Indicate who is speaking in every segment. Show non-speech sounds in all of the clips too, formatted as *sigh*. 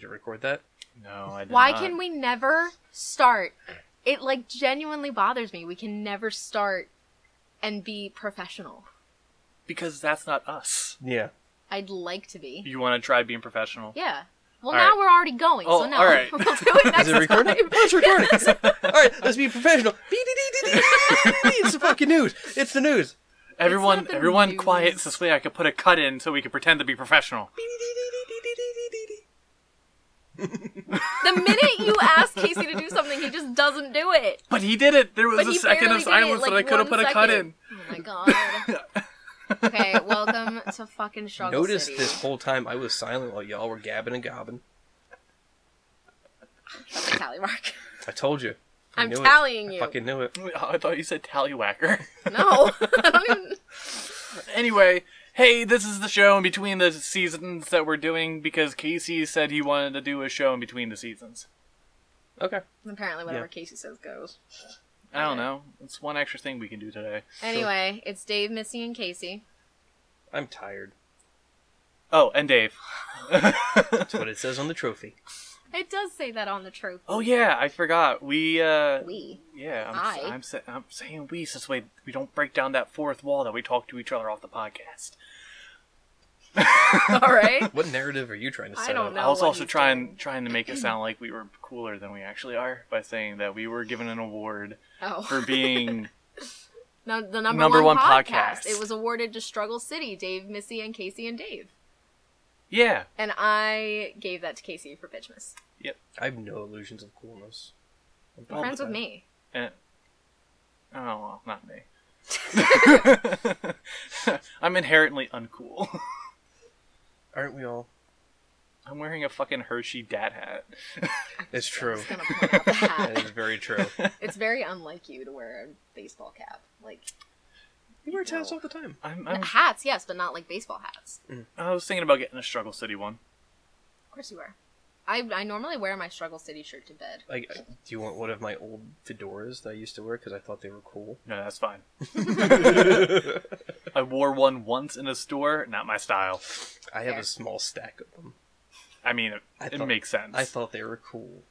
Speaker 1: you record that?
Speaker 2: No, I did
Speaker 3: Why
Speaker 2: not.
Speaker 3: can we never start? It like genuinely bothers me. We can never start and be professional.
Speaker 2: Because that's not us.
Speaker 1: Yeah.
Speaker 3: I'd like to be.
Speaker 2: You want to try being professional?
Speaker 3: Yeah. Well,
Speaker 2: All
Speaker 3: now
Speaker 2: right.
Speaker 3: we're already going,
Speaker 2: Oh,
Speaker 3: so no.
Speaker 2: all right.
Speaker 3: *laughs* we'll do it next
Speaker 1: Is it recording?
Speaker 3: time.
Speaker 1: Oh, it's recording.
Speaker 3: *laughs*
Speaker 1: All right, let's be professional. It's the fucking news. It's the news.
Speaker 2: Everyone,
Speaker 3: not the
Speaker 2: everyone,
Speaker 3: news.
Speaker 2: quiet. So this way I could put a cut in, so we could pretend to be professional.
Speaker 3: The minute you ask Casey
Speaker 2: *laughs*
Speaker 3: to do something, he just doesn't do it.
Speaker 2: But he did it. There was
Speaker 3: But
Speaker 2: a
Speaker 3: he
Speaker 2: second
Speaker 3: barely
Speaker 2: of
Speaker 3: did
Speaker 2: silence
Speaker 3: it, like,
Speaker 2: that I could have
Speaker 3: one
Speaker 2: put a cut in.
Speaker 3: second. Oh my god.
Speaker 2: *laughs*
Speaker 3: okay, welcome to fucking struggle
Speaker 1: Notice
Speaker 3: City.
Speaker 1: this whole time I was silent while y'all were gabbing and gobbing.
Speaker 3: Tally mark.
Speaker 1: I told you. I
Speaker 3: I'm
Speaker 1: knew it.
Speaker 3: tallying
Speaker 1: I
Speaker 3: you.
Speaker 1: fucking knew it.
Speaker 2: Oh, *laughs* I thought you said tallywhacker. *laughs*
Speaker 3: No, *laughs* I don't even.
Speaker 2: anyway, hey, this is the show in between the seasons that we're doing because Casey said he wanted to do a show in between the seasons.
Speaker 1: Okay.
Speaker 3: Apparently, whatever
Speaker 1: Yeah.
Speaker 3: Casey says goes.
Speaker 2: I don't know. It's one extra thing we can do today.
Speaker 3: Anyway, it's Dave, Missy, and Casey.
Speaker 1: I'm tired.
Speaker 2: Oh, and Dave.
Speaker 1: That's what it says on the trophy.
Speaker 3: It does say that on the trophy.
Speaker 2: Oh yeah, I forgot. We uh
Speaker 3: We.
Speaker 2: yeah, I'm
Speaker 3: I.
Speaker 2: I'm, sa- I'm saying we so this way we don't break down that fourth wall that we talk to each other off the podcast.
Speaker 3: *laughs* All right.
Speaker 1: What narrative are you trying to
Speaker 3: I
Speaker 1: set
Speaker 3: don't
Speaker 1: up?
Speaker 3: know.
Speaker 2: I was
Speaker 3: what
Speaker 2: also
Speaker 3: he's
Speaker 2: trying
Speaker 3: doing.
Speaker 2: trying to make it sound like we were cooler than we actually are by saying that we were given an award for
Speaker 3: Oh. *laughs*
Speaker 2: being
Speaker 3: No, the number,
Speaker 2: Number
Speaker 3: one,
Speaker 2: one
Speaker 3: podcast.
Speaker 2: podcast.
Speaker 3: It was awarded to Struggle City, Dave, Missy, and Casey and Dave.
Speaker 2: yeah.
Speaker 3: And I gave that to Casey for Bitchmas.
Speaker 1: I have no illusions of coolness. I'm fine
Speaker 3: Friends with
Speaker 1: that.
Speaker 3: me.
Speaker 2: Eh. oh well, not
Speaker 3: *laughs*
Speaker 2: me. *laughs* I'm inherently uncool. *laughs*
Speaker 1: Aren't we all?
Speaker 2: I'm wearing a fucking Hershey dad hat.
Speaker 1: It's
Speaker 3: *laughs*
Speaker 1: true.
Speaker 3: Just gonna point out the
Speaker 2: *laughs*
Speaker 1: That
Speaker 3: hat.
Speaker 1: is
Speaker 3: *laughs*
Speaker 1: very true.
Speaker 3: it's very unlike you to wear a baseball cap. Like
Speaker 1: You wear tats all the time.
Speaker 2: I'm,
Speaker 3: *laughs*
Speaker 2: I'm
Speaker 3: hats, yes, but not like baseball hats.
Speaker 2: I was thinking about getting a Struggle City one.
Speaker 3: Of course you are. I I normally wear my Struggle City shirt to bed.
Speaker 1: Like, do you want one of my old fedoras that I used to wear because I thought they were
Speaker 3: *laughs*
Speaker 1: cool?
Speaker 2: No, that's fine. I wore one once in a store. Not my style.
Speaker 1: I have
Speaker 3: Fair.
Speaker 1: a small stack of them.
Speaker 2: I mean, it,
Speaker 1: I
Speaker 2: it
Speaker 1: thought-
Speaker 2: makes sense.
Speaker 1: I thought they were cool.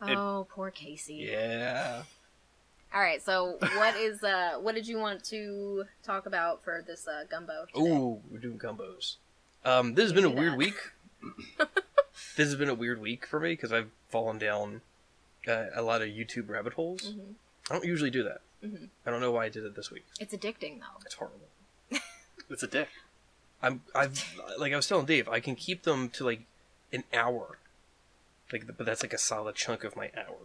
Speaker 2: It-
Speaker 3: Oh, poor Casey.
Speaker 1: Yeah.
Speaker 3: All right, so what is uh what did you want to talk about for this uh gumbo? today?
Speaker 1: Ooh, we're doing gumbos. Um, this has
Speaker 3: We
Speaker 1: been a
Speaker 3: do
Speaker 1: weird
Speaker 3: that.
Speaker 1: *laughs* week. this has been a weird week for me because I've fallen down uh, a lot of YouTube rabbit holes.
Speaker 3: Mhm.
Speaker 1: I don't usually do that.
Speaker 3: Mhm.
Speaker 1: I don't know why I did it this week.
Speaker 3: It's addicting though.
Speaker 1: It's horrible.
Speaker 2: it's a dick.
Speaker 1: I'm I've like I was telling Dave, I can keep them to like an hour, like but that's like a solid chunk of my hour.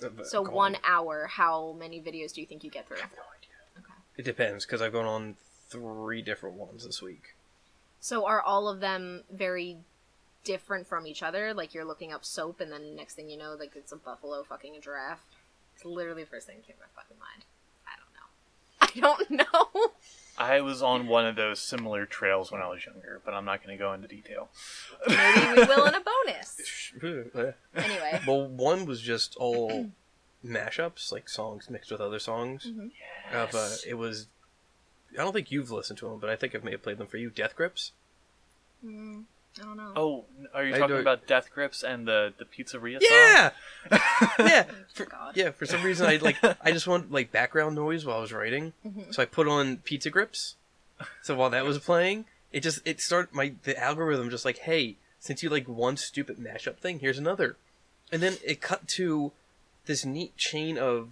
Speaker 1: of, uh,
Speaker 3: So
Speaker 1: gone.
Speaker 3: one hour, how many videos do you think you get through?
Speaker 1: I have no idea. It depends because I've gone on three different ones this week.
Speaker 3: So are all of them very different from each other? Like you're looking up soap, and then next thing you know, like it's a buffalo fucking a giraffe. It's literally the first thing that came to my fucking mind. I don't know. *laughs* I don't know.
Speaker 2: I was on one of those similar trails when I was younger, but I'm not going to go into detail.
Speaker 3: Maybe we will in a
Speaker 1: *laughs*
Speaker 3: bonus. Anyway.
Speaker 1: well, one was just all *clears throat* mashups, like songs mixed with other songs.
Speaker 3: Mhm.
Speaker 1: Of uh, it was, I don't think you've listened to them, but I think I may have played them for you. Death Grips.
Speaker 3: Mm, I don't know.
Speaker 2: *laughs* Oh, are you
Speaker 1: I
Speaker 2: talking
Speaker 1: don't-
Speaker 2: about Death Grips and the the pizzeria song?
Speaker 1: Yeah, *laughs* yeah, for,
Speaker 3: God.
Speaker 1: yeah. For some reason, I like I just want like background noise while I was writing,
Speaker 3: Mhm.
Speaker 1: so I put on Pizza Grips. So while that was playing, it just it started my the algorithm just like, hey, since you like one stupid mashup thing, here's another, and then it cut to this neat chain of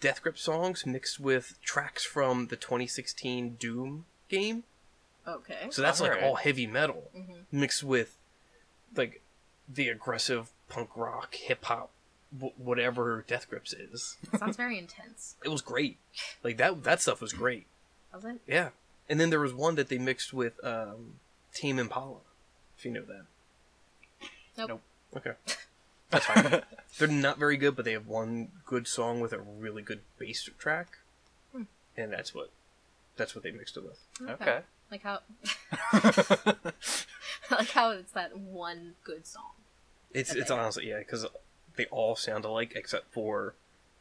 Speaker 1: Death Grip songs mixed with tracks from the 2016 Doom game.
Speaker 3: Okay.
Speaker 1: So that's like
Speaker 2: Alright.
Speaker 1: all heavy metal
Speaker 3: Mhm.
Speaker 1: mixed with like the aggressive punk rock, hip hop, w- whatever Death Grips is.
Speaker 3: Sounds very intense.
Speaker 1: It was great. Like that that stuff was great.
Speaker 3: Was it?
Speaker 1: Yeah. And then there was one that they mixed with um, Team Impala, if you know that.
Speaker 3: Nope.
Speaker 2: Nope.
Speaker 3: *laughs*
Speaker 1: Okay. That's *laughs* fine. They're not very good, but they have one good song with a really good bass track.
Speaker 3: Hmm.
Speaker 1: And that's what that's what they mixed it with.
Speaker 2: Okay.
Speaker 3: Like how? *laughs* like how it's that one good song.
Speaker 1: It's
Speaker 3: Okay.
Speaker 1: it's honestly yeah, because they all sound alike except for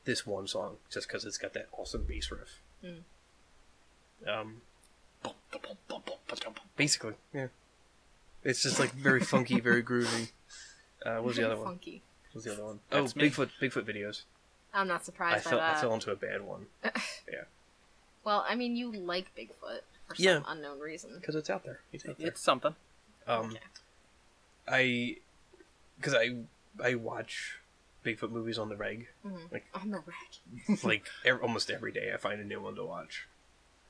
Speaker 1: this one song, just because it's got that awesome bass riff.
Speaker 3: Mm. Hmm.
Speaker 1: Um, basically, yeah, it's just like very funky, very groovy. Uh, what was the other one? What
Speaker 3: Funky.
Speaker 1: was the other one? Oh,
Speaker 2: That's me.
Speaker 1: Bigfoot. Bigfoot videos.
Speaker 3: I'm not
Speaker 1: I
Speaker 3: surprised by
Speaker 1: fell.
Speaker 3: that.
Speaker 1: I fell into a bad one
Speaker 3: Well, I mean, you like Bigfoot for some
Speaker 1: Yeah.
Speaker 3: unknown reason.
Speaker 1: because it's out there. It's out
Speaker 2: *laughs*
Speaker 1: there.
Speaker 2: It's something.
Speaker 1: Um, I because I I watch Bigfoot movies on the
Speaker 3: *laughs*
Speaker 1: reg.
Speaker 3: Mhm.
Speaker 1: like-
Speaker 3: on the wreck.
Speaker 1: like ev almost every day, I find a new one to watch.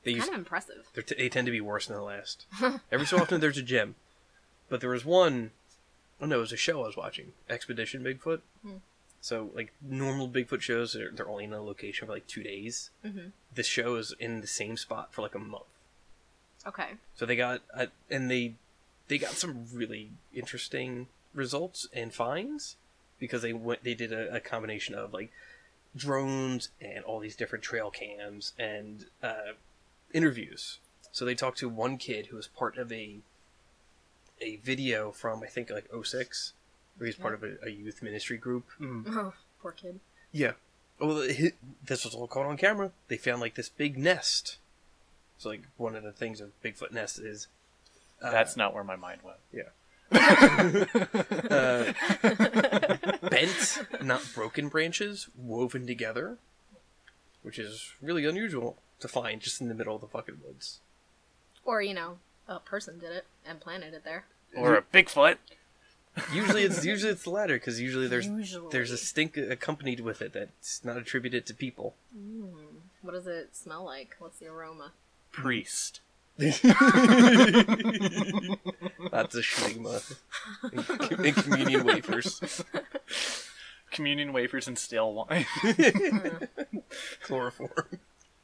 Speaker 1: They used,
Speaker 3: Kind of impressive.
Speaker 1: they're t- they tend to be worse than
Speaker 3: *laughs*
Speaker 1: the last. every so often, there's a gem, but there was one. Oh no, it was a show I was watching, Expedition Bigfoot.
Speaker 3: Hmm.
Speaker 1: So like normal Bigfoot shows, they're, they're only in a location for like two days.
Speaker 3: Mhm.
Speaker 1: This show is in the same spot for like a month.
Speaker 3: Okay.
Speaker 1: So they got uh, and they they got some really interesting results and finds because they went they did a, a combination of like drones and all these different trail cams and uh, interviews. So they talked to one kid who was part of a a video from I think like 06 where he's part of a, a youth ministry group
Speaker 2: Mm.
Speaker 3: Oh, poor
Speaker 1: *laughs*
Speaker 3: kid. *laughs*
Speaker 1: yeah. Well, hi- this was all caught on camera. They found like this big nest. So, like one of the things of Bigfoot nest is uh,
Speaker 2: That's not where my mind
Speaker 1: *laughs*
Speaker 2: went. *laughs*
Speaker 1: uh, bent, not broken branches woven together, which is really unusual to find just in the middle of the fucking woods.
Speaker 3: Or you know, a person did it and planted it there.
Speaker 2: Or a Bigfoot.
Speaker 1: Usually, it's usually it's the latter because usually there's
Speaker 3: Usually.
Speaker 1: there's a stink accompanied with it that's not attributed to people.
Speaker 3: Mm. What does it smell like? What's the aroma?
Speaker 2: Priest.
Speaker 1: That's a stigma. In, in communion wafers.
Speaker 2: Communion wafers and stale wine. *laughs*
Speaker 1: chloroform.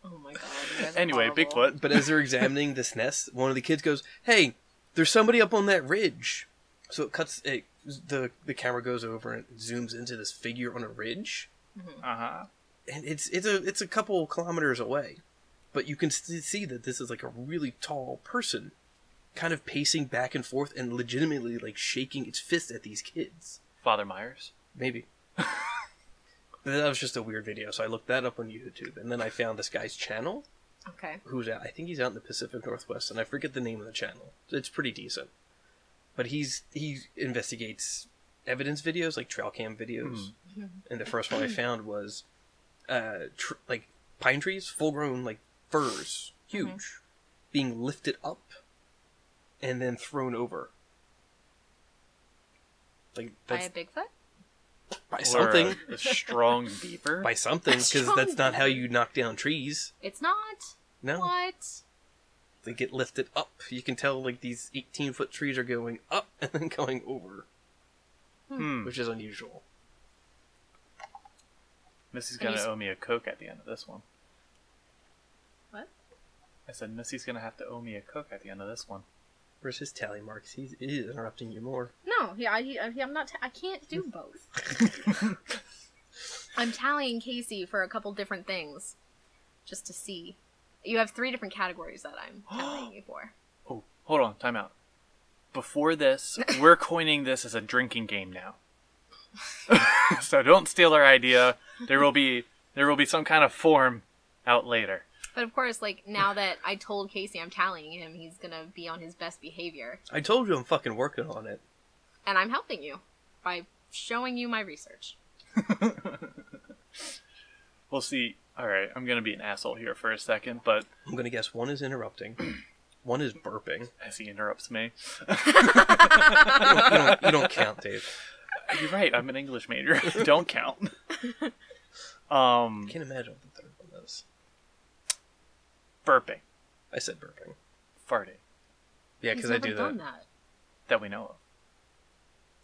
Speaker 3: Oh my god. you guys are
Speaker 2: anyway,
Speaker 3: horrible.
Speaker 2: Bigfoot.
Speaker 1: But as they're examining this nest, one of the kids goes, "Hey, there's somebody up on that ridge." So it cuts it. The the camera goes over and zooms into this figure on a ridge,
Speaker 2: Uh huh.
Speaker 1: and it's it's a it's a couple kilometers away, but you can st- see that this is like a really tall person, kind of pacing back and forth and legitimately like shaking its fist at these kids.
Speaker 2: Father Myers.
Speaker 1: Maybe. But that was just a weird video, so I looked that up on YouTube, and then I found this guy's channel,
Speaker 3: Okay.
Speaker 1: who's out, I think he's out in the Pacific Northwest, and I forget the name of the channel. It's pretty decent, but he's he investigates evidence videos like trail cam videos, and the first one I found was uh tr- like pine trees, full grown like firs, huge, being lifted up and then thrown over. Like
Speaker 3: By a
Speaker 1: that's
Speaker 3: Bigfoot?
Speaker 1: by
Speaker 2: Or a-
Speaker 1: something,
Speaker 2: A, strong beaver.
Speaker 1: by something, because
Speaker 3: Strong
Speaker 1: that's not how you knock down trees.
Speaker 3: It's not.
Speaker 1: No.
Speaker 3: What?
Speaker 1: they get lifted up. You can tell like these 18 foot trees are going up *laughs* and then going over,
Speaker 2: Hmm.
Speaker 1: which is unusual.
Speaker 2: Missy's
Speaker 3: And you
Speaker 2: gonna
Speaker 3: s-
Speaker 2: owe me a Coke at the end of this one.
Speaker 3: What?
Speaker 2: I said Missy's gonna have to owe me a Coke at the end of this one.
Speaker 1: Where's his tally marks? He's, he's interrupting you more.
Speaker 3: No. Yeah. I. I I'm not. T- I can't do both.
Speaker 1: *laughs*
Speaker 3: I'm tallying Casey for a couple different things, just to see. You have three different categories that
Speaker 1: *gasps*
Speaker 3: I'm tallying you for.
Speaker 2: Oh, hold on, time out. Before this,
Speaker 3: *laughs*
Speaker 2: we're coining this as a drinking game now. *laughs* so don't steal our idea. There will be there will be some kind of form out later.
Speaker 3: But of course, like now that I told Casey I'm tallying him, he's gonna be on his best behavior,
Speaker 1: I told you I'm fucking working on it.
Speaker 3: and I'm helping you by showing you my research.
Speaker 2: We'll see. All right, I'm gonna be an asshole here for a second, but
Speaker 1: I'm gonna guess one
Speaker 2: *clears throat*
Speaker 1: is interrupting, one is burping.
Speaker 2: as he interrupts me,
Speaker 1: You don't, you don't, you don't count, Dave.
Speaker 2: *laughs* you're right. I'm an English major. *laughs* don't
Speaker 3: *laughs*
Speaker 2: count. Um,
Speaker 1: I can't imagine what the third one is.
Speaker 2: burping,
Speaker 1: I said burping.
Speaker 2: farting.
Speaker 1: Yeah,
Speaker 3: He's
Speaker 1: because I
Speaker 3: never
Speaker 1: do
Speaker 3: done
Speaker 1: that.
Speaker 3: that.
Speaker 2: that we know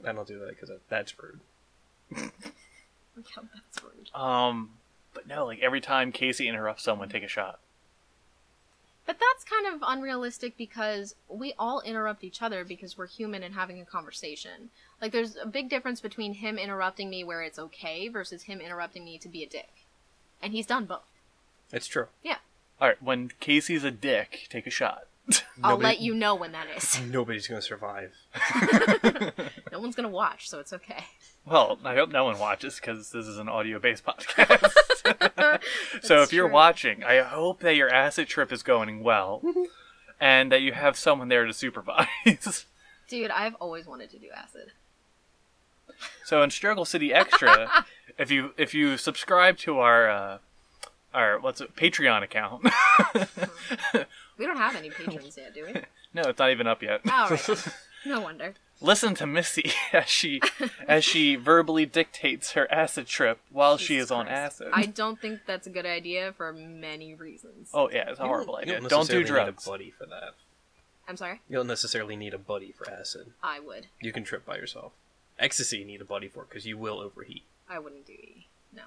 Speaker 2: of.
Speaker 1: I don't do that because that's rude.
Speaker 3: Look how that's rude.
Speaker 2: Um, but no, like every time Casey interrupts someone, take a shot.
Speaker 3: But that's kind of unrealistic because we all interrupt each other because we're human and having a conversation. Like, there's a big difference between him interrupting me where it's okay versus him interrupting me to be a dick. And he's done both.
Speaker 1: It's true.
Speaker 3: Yeah.
Speaker 2: All right, when Casey's a dick, take a shot.
Speaker 3: I'll
Speaker 1: Nobody-
Speaker 3: let you know when that is. *laughs*
Speaker 1: Nobody's gonna survive.
Speaker 3: No one's going to watch, so it's okay.
Speaker 2: Well, I hope no one watches because this is an audio-based *laughs* podcast.
Speaker 3: *laughs*
Speaker 2: so
Speaker 3: That's
Speaker 2: if you're
Speaker 3: true.
Speaker 2: watching, I hope that your acid trip is going
Speaker 3: *laughs*
Speaker 2: well, and that you have someone there to supervise. *laughs*
Speaker 3: Dude, I've always wanted to do acid.
Speaker 2: So in Struggle City
Speaker 3: *laughs*
Speaker 2: Extra, if you if you subscribe to our uh, our what's it Patreon account, *laughs*
Speaker 3: We don't have any patrons yet, do we?
Speaker 2: no, it's not even up yet.
Speaker 3: All right. No wonder.
Speaker 2: Listen to Missy *laughs* as she as
Speaker 3: *laughs*
Speaker 2: she verbally dictates her acid trip while she
Speaker 3: Jesus
Speaker 2: is on
Speaker 3: Christ.
Speaker 2: acid.
Speaker 3: I don't think that's a good idea for many reasons.
Speaker 2: Oh yeah, it's a horrible idea.
Speaker 1: You
Speaker 2: Don't do
Speaker 1: necessarily
Speaker 2: drugs.
Speaker 1: Need a buddy for that.
Speaker 3: I'm sorry.
Speaker 1: You don't necessarily need a buddy for acid.
Speaker 3: I would.
Speaker 1: You can trip by yourself. Ecstasy you need a buddy for because you will overheat.
Speaker 3: I wouldn't do E. No,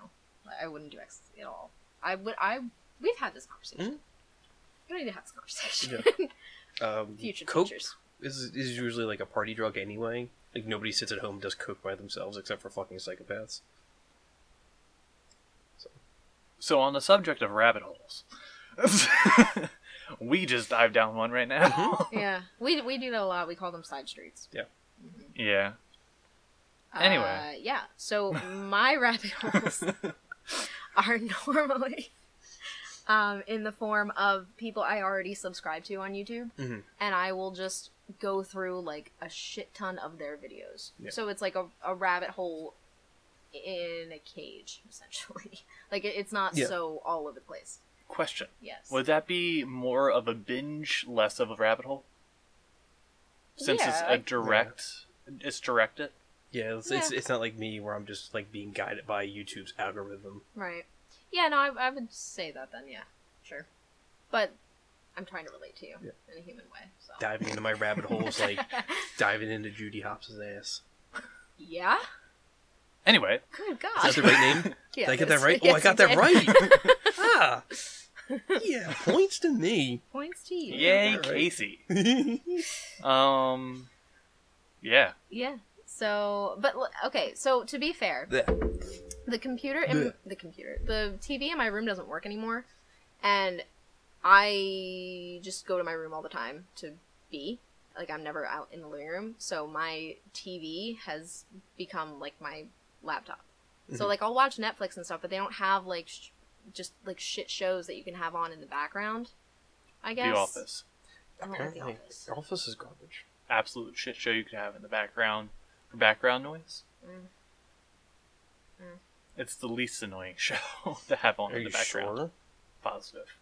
Speaker 3: I- I wouldn't do X at all. I would. I. We've had this conversation. We don't need to have this conversation. *laughs*
Speaker 1: Um,
Speaker 3: Future
Speaker 1: coke
Speaker 3: teachers.
Speaker 1: is is usually like a party drug anyway. Like nobody sits at home and does coke by themselves except for fucking psychopaths.
Speaker 2: So on the subject of rabbit holes, *laughs* we just dive down one right now.
Speaker 3: yeah, we we do that a lot. We call them side streets.
Speaker 2: *laughs*
Speaker 3: Mm-hmm.
Speaker 2: yeah. Anyway.
Speaker 3: Uh, yeah.
Speaker 1: *laughs*
Speaker 3: So my rabbit holes are normally um, in the form of people I already subscribe to on YouTube,
Speaker 1: Mhm.
Speaker 3: and I will just go through like a shit ton of their videos.
Speaker 1: Yeah.
Speaker 3: So it's like a, a rabbit hole in a cage, essentially. *laughs* like it, it's not
Speaker 1: Yeah.
Speaker 3: so all over the place.
Speaker 2: Question:
Speaker 3: Yes.
Speaker 2: Would that be more of a binge, less of a rabbit hole? Since it's
Speaker 3: Yeah, I-
Speaker 2: a direct, it's directed.
Speaker 1: Yeah, it's, it's
Speaker 3: Yeah.
Speaker 1: it's not like me where I'm just like being guided by YouTube's algorithm.
Speaker 3: Right. Yeah, no, I, I would say that then, yeah. Sure. But I'm trying to relate to you
Speaker 1: Yeah.
Speaker 3: in a human way, so. *laughs*
Speaker 1: Diving into my rabbit holes, like diving into Judy Hopps' ass.
Speaker 3: yeah?
Speaker 2: Anyway,
Speaker 3: Good God.
Speaker 1: Is that the
Speaker 3: *laughs*
Speaker 1: right name?
Speaker 3: Yeah,
Speaker 1: did I get
Speaker 3: it
Speaker 1: that
Speaker 3: is.
Speaker 1: right? oh, I
Speaker 3: Yes,
Speaker 1: got
Speaker 3: you
Speaker 1: that
Speaker 3: did.
Speaker 1: right. ah,
Speaker 3: *laughs*
Speaker 1: yeah, points to *laughs* me.
Speaker 3: Points to you.
Speaker 2: yay,
Speaker 1: Alright.
Speaker 2: Casey. Um, yeah,
Speaker 3: Yeah. So, but l- okay, so to be fair,
Speaker 1: Blech.
Speaker 3: the computer in
Speaker 1: Bleh.
Speaker 3: the computer, the TV in my room doesn't work anymore, and I just go to my room all the time to be like I'm never out in the living room, so my TV has become like my laptop. So
Speaker 1: Mhm.
Speaker 3: like I'll watch Netflix and stuff, but they don't have like sh- just like shit shows that you can have on in the background. I guess.
Speaker 2: The Office,
Speaker 3: I don't like The
Speaker 1: Apparently,
Speaker 3: Office.
Speaker 1: The Office is garbage.
Speaker 2: absolute shit show you could have in the background for background noise.
Speaker 3: Mm. Mm.
Speaker 2: It's the least annoying *laughs* show to have on
Speaker 1: Are
Speaker 2: in
Speaker 1: you
Speaker 2: the background.
Speaker 1: sure?
Speaker 2: Positive.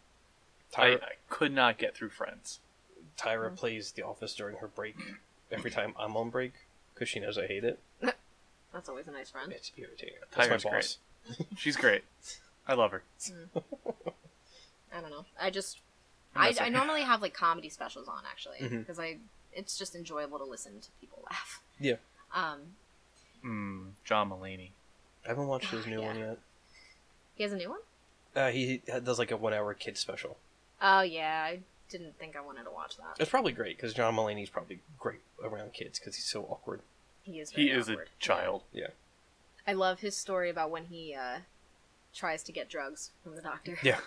Speaker 2: I,
Speaker 1: Tyra,
Speaker 2: I could not get through Friends.
Speaker 3: Mm-hmm.
Speaker 1: Tyra plays The Office during her break every time I'm on break because she knows I hate it.
Speaker 3: That's always a nice friend.
Speaker 1: It's irritating. That's
Speaker 2: Tyra's
Speaker 1: my
Speaker 2: great.
Speaker 1: boss.
Speaker 2: She's great. I love her.
Speaker 3: I don't know. I just
Speaker 2: I'm Mm-hmm. not
Speaker 3: I, I
Speaker 2: saying-
Speaker 3: normally have like comedy specials on actually
Speaker 1: Mhm.
Speaker 3: because I it's just enjoyable to listen to people laugh.
Speaker 1: Yeah.
Speaker 3: Um,
Speaker 2: Mm, John Mulaney.
Speaker 1: I haven't watched his new
Speaker 3: Oh, Yeah.
Speaker 1: one yet.
Speaker 3: he has a new one.
Speaker 1: Uh, he does like a one-hour kid special.
Speaker 3: Oh yeah, I didn't think I wanted to watch that.
Speaker 1: It's probably great because John Mulaney's probably great around kids because he's so awkward.
Speaker 3: He is. Very
Speaker 2: He is a
Speaker 3: awkward.
Speaker 2: child.
Speaker 3: I love his story about when he uh, tries to get drugs from the doctor. *laughs*
Speaker 1: Yeah.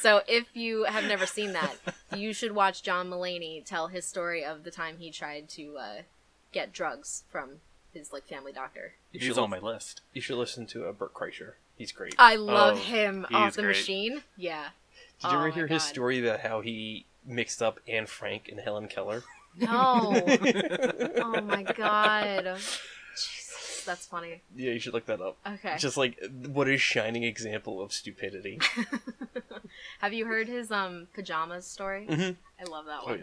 Speaker 3: so if you have never seen that,
Speaker 2: *laughs*
Speaker 3: you should watch John Mulaney tell his story of the time he tried to uh, get drugs from his like family doctor.
Speaker 1: *laughs* You
Speaker 2: He's
Speaker 1: should,
Speaker 2: on
Speaker 1: li-
Speaker 2: my list.
Speaker 1: you should listen to uh, Burt Kreischer. He's great.
Speaker 3: I love
Speaker 2: Oh,
Speaker 3: him
Speaker 2: he
Speaker 3: off
Speaker 2: is
Speaker 3: the
Speaker 2: great.
Speaker 3: machine. Yeah.
Speaker 1: Did you
Speaker 3: Oh
Speaker 1: ever
Speaker 3: my
Speaker 1: hear his
Speaker 3: God.
Speaker 1: story about how he mixed up Anne Frank and Helen
Speaker 2: *laughs*
Speaker 1: Keller? *laughs*
Speaker 3: No.
Speaker 1: yeah,
Speaker 3: oh my god. Jesus, that's funny.
Speaker 1: you should look that up.
Speaker 3: Okay.
Speaker 1: Just like what a shining example
Speaker 3: *laughs*
Speaker 1: of stupidity.
Speaker 3: Have you heard his um pajamas story?
Speaker 1: Mhm.
Speaker 3: I love that
Speaker 1: Oh
Speaker 3: one.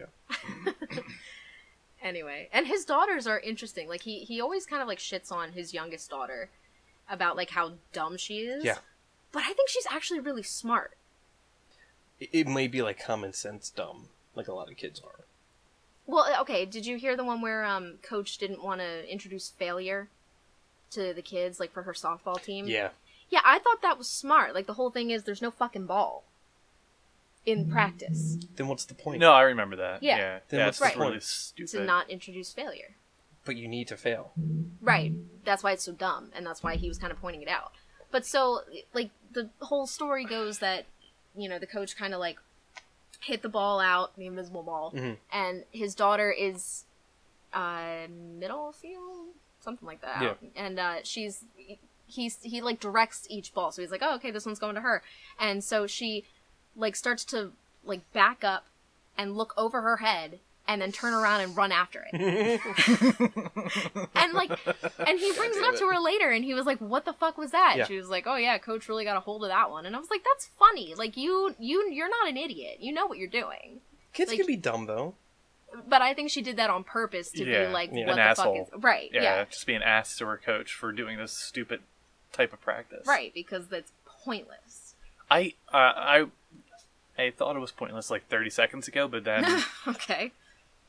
Speaker 1: yeah.
Speaker 3: Anyway, and his daughters are interesting. Like he he always kind of like shits on his youngest daughter about like how dumb she is.
Speaker 1: Yeah.
Speaker 3: But I think she's actually really smart.
Speaker 1: It, it may be like common sense dumb, like a lot of kids are.
Speaker 3: Well, uh, okay. Did you hear the one where um coach didn't want to introduce failure to the kids like for her softball team?
Speaker 1: Yeah.
Speaker 3: Yeah, I thought that was smart. Like the whole thing is there's no fucking ball in practice
Speaker 1: Then what's the point?
Speaker 2: No, I remember that.
Speaker 3: Yeah.
Speaker 2: Yeah, yeah.
Speaker 1: Then
Speaker 2: That's
Speaker 1: what's
Speaker 3: the
Speaker 2: really
Speaker 1: point?
Speaker 2: stupid.
Speaker 3: to not introduce failure.
Speaker 1: But you need to fail.
Speaker 3: Right. That's why it's so dumb and that's why he was kind of pointing it out. But so like the whole story goes that you know the coach kind of like hit the ball out, the invisible ball,
Speaker 1: Mhm.
Speaker 3: and his daughter is uh middle field, something like that.
Speaker 1: Yeah.
Speaker 3: And uh she's he's he like directs each ball. So he's like, "Oh, okay, this one's going to her." And so she like starts to like back up and look over her head and then turn around and run after it. And like, and he brings it up to her later, and he was like, "What the fuck was that?"
Speaker 1: Yeah.
Speaker 3: She was like, "Oh yeah, coach really got a hold of that one." And I was like, "That's funny. Like you, you, you're not an idiot. You know what you're doing."
Speaker 1: Kids
Speaker 3: Like-
Speaker 1: can be dumb though.
Speaker 3: But I think she did that on purpose to
Speaker 2: Yeah,
Speaker 3: be like,
Speaker 1: yeah.
Speaker 3: "What
Speaker 2: An
Speaker 3: the
Speaker 2: asshole.
Speaker 3: fuck is right?"
Speaker 2: yeah,
Speaker 3: Yeah,
Speaker 2: just be an ass to her coach for doing this stupid type of practice.
Speaker 3: right, because that's pointless. *laughs*
Speaker 2: I uh, I I thought it was pointless like 30 seconds ago, but
Speaker 3: *laughs*
Speaker 2: then
Speaker 3: okay,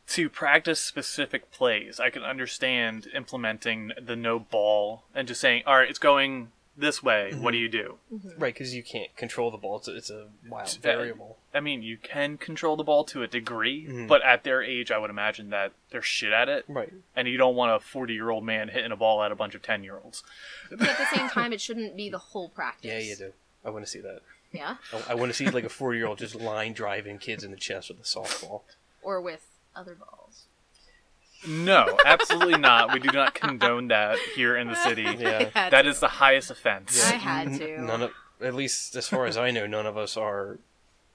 Speaker 2: to practice specific plays, I can understand implementing the no ball and just saying, "All right, it's going this way. What do you do?"
Speaker 3: Mm.
Speaker 1: Right, because you can't control the ball. It's a, it's a wild
Speaker 2: It's-
Speaker 1: variable.
Speaker 2: I mean, you can control the ball to a degree,
Speaker 1: Mhm.
Speaker 2: but at their age, I would imagine that they're shit at it,
Speaker 1: Right.
Speaker 2: and you don't want a 40-year-old man hitting a ball at a bunch of 10-year-olds.
Speaker 3: but at the same time, it shouldn't be the whole practice.
Speaker 1: Yeah, you do. I want to see that.
Speaker 3: Yeah,
Speaker 1: I, I want to see like a four year old just line driving kids in the chest with a softball.
Speaker 3: or with other balls.
Speaker 2: No, absolutely not. We do not condone that here in the city.
Speaker 1: Yeah.
Speaker 3: I had
Speaker 2: That
Speaker 3: to.
Speaker 2: is the highest offense.
Speaker 3: I had
Speaker 1: N-
Speaker 3: to.
Speaker 1: None of, at least as far as I know, none of us are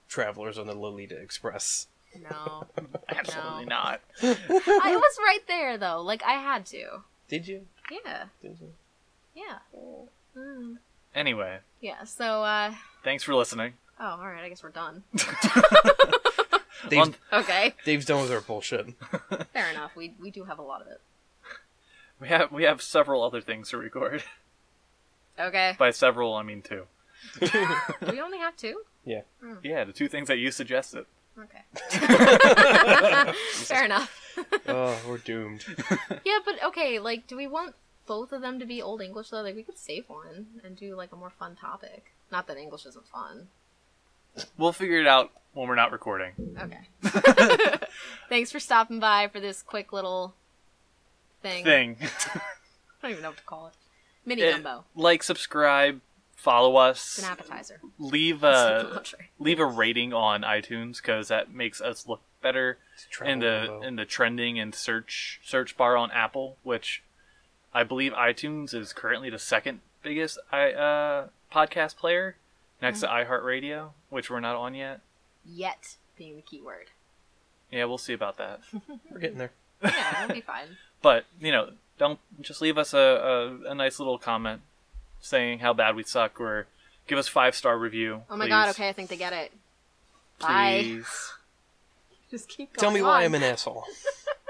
Speaker 1: travelers on the Lolita Express.
Speaker 3: no.
Speaker 2: *laughs* Absolutely
Speaker 3: No.
Speaker 2: not.
Speaker 3: I was right there though. Like I had to.
Speaker 1: Did you?
Speaker 3: Yeah,
Speaker 1: Did you?
Speaker 3: yeah, Mm.
Speaker 2: Anyway,
Speaker 3: yeah. So, uh,
Speaker 2: thanks for listening.
Speaker 3: oh, all right. I guess we're done.
Speaker 1: Dave's,
Speaker 2: On-
Speaker 3: Okay,
Speaker 1: Dave's done with our bullshit.
Speaker 3: *laughs*
Speaker 2: *laughs*
Speaker 3: fair enough. We we do have a lot of it.
Speaker 2: we have we have several other things to record. *laughs*
Speaker 3: Okay,
Speaker 2: By several, I mean two.
Speaker 3: do we only have two.
Speaker 1: Yeah.
Speaker 2: Yeah, the two things that you suggested.
Speaker 3: Okay,
Speaker 2: *laughs*
Speaker 3: fair enough.
Speaker 1: Oh, we're doomed.
Speaker 3: Yeah, but okay. Like, do we want both of them to be old English though? Like, we could save one and do like a more fun topic. Not that English isn't fun.
Speaker 2: We'll figure it out when we're not recording.
Speaker 3: Okay.
Speaker 2: *laughs*
Speaker 3: Thanks for stopping by for this quick little thing.
Speaker 2: Thing. *laughs*
Speaker 3: I don't even know what to call it. Mini
Speaker 2: Eh,
Speaker 3: gumbo.
Speaker 2: like, subscribe, follow
Speaker 3: It's
Speaker 2: us,
Speaker 3: an appetizer.
Speaker 2: leave
Speaker 3: It's an *laughs*
Speaker 2: a
Speaker 3: entree.
Speaker 2: leave a rating on iTunes because that makes us look better
Speaker 1: It's travel
Speaker 2: in the
Speaker 1: limbo.
Speaker 2: in the trending uh, and search search bar on Apple, which I believe iTunes is currently the second biggest i uh, podcast player next to iHeartRadio, which we're not on yet.
Speaker 3: Yet being the key word.
Speaker 2: Yeah, we'll see about that.
Speaker 1: we're getting there.
Speaker 3: Yeah, it'll be fine.
Speaker 2: But you know, don't just leave us a, a, a nice little comment saying how bad we suck, or give us five star review.
Speaker 3: Oh my
Speaker 2: please.
Speaker 3: god, okay, I think they get it. Bye.
Speaker 2: Please.
Speaker 3: Just keep going.
Speaker 1: Tell me why
Speaker 3: on.
Speaker 1: I'm an asshole.